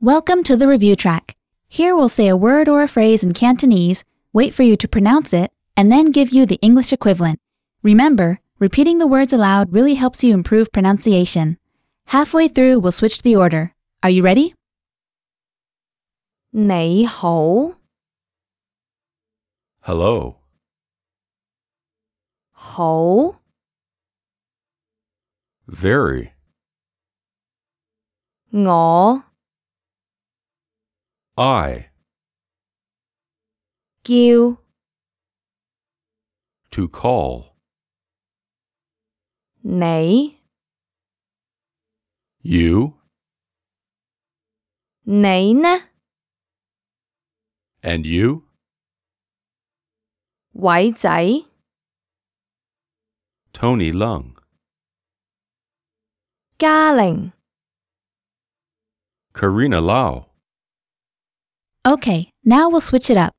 Welcome to the review track. Here we'll say a word or a phrase in Cantonese, wait for you to pronounce it, and then give you the English equivalent. Remember, repeating the words aloud really helps you improve pronunciation. Halfway through, we'll switch the order. Are you ready? 你好， Hello. 好， Very. 我 I. 叫 To call. 你， You. 你呢？ And you. 偉仔， Tony Lung. 嘉玲， Karina Lau. Okay, now we'll switch it up.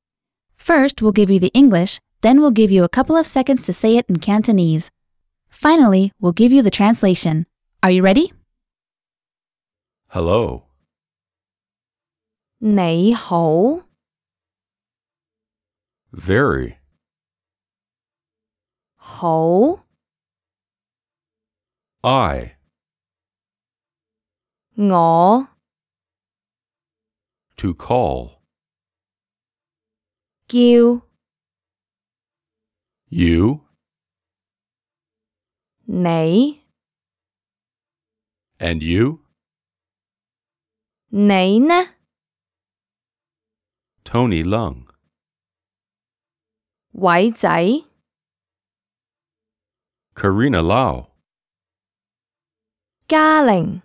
First, we'll give you the English, then we'll give you a couple of seconds to say it in Cantonese. Finally, we'll give you the translation. Are you ready? Hello. 你好， Very. 好， I. 我 To call. 叫 You. 你， And you. 你呢？ Tony Lung. 偉仔， Karina Lau. 嘉玲，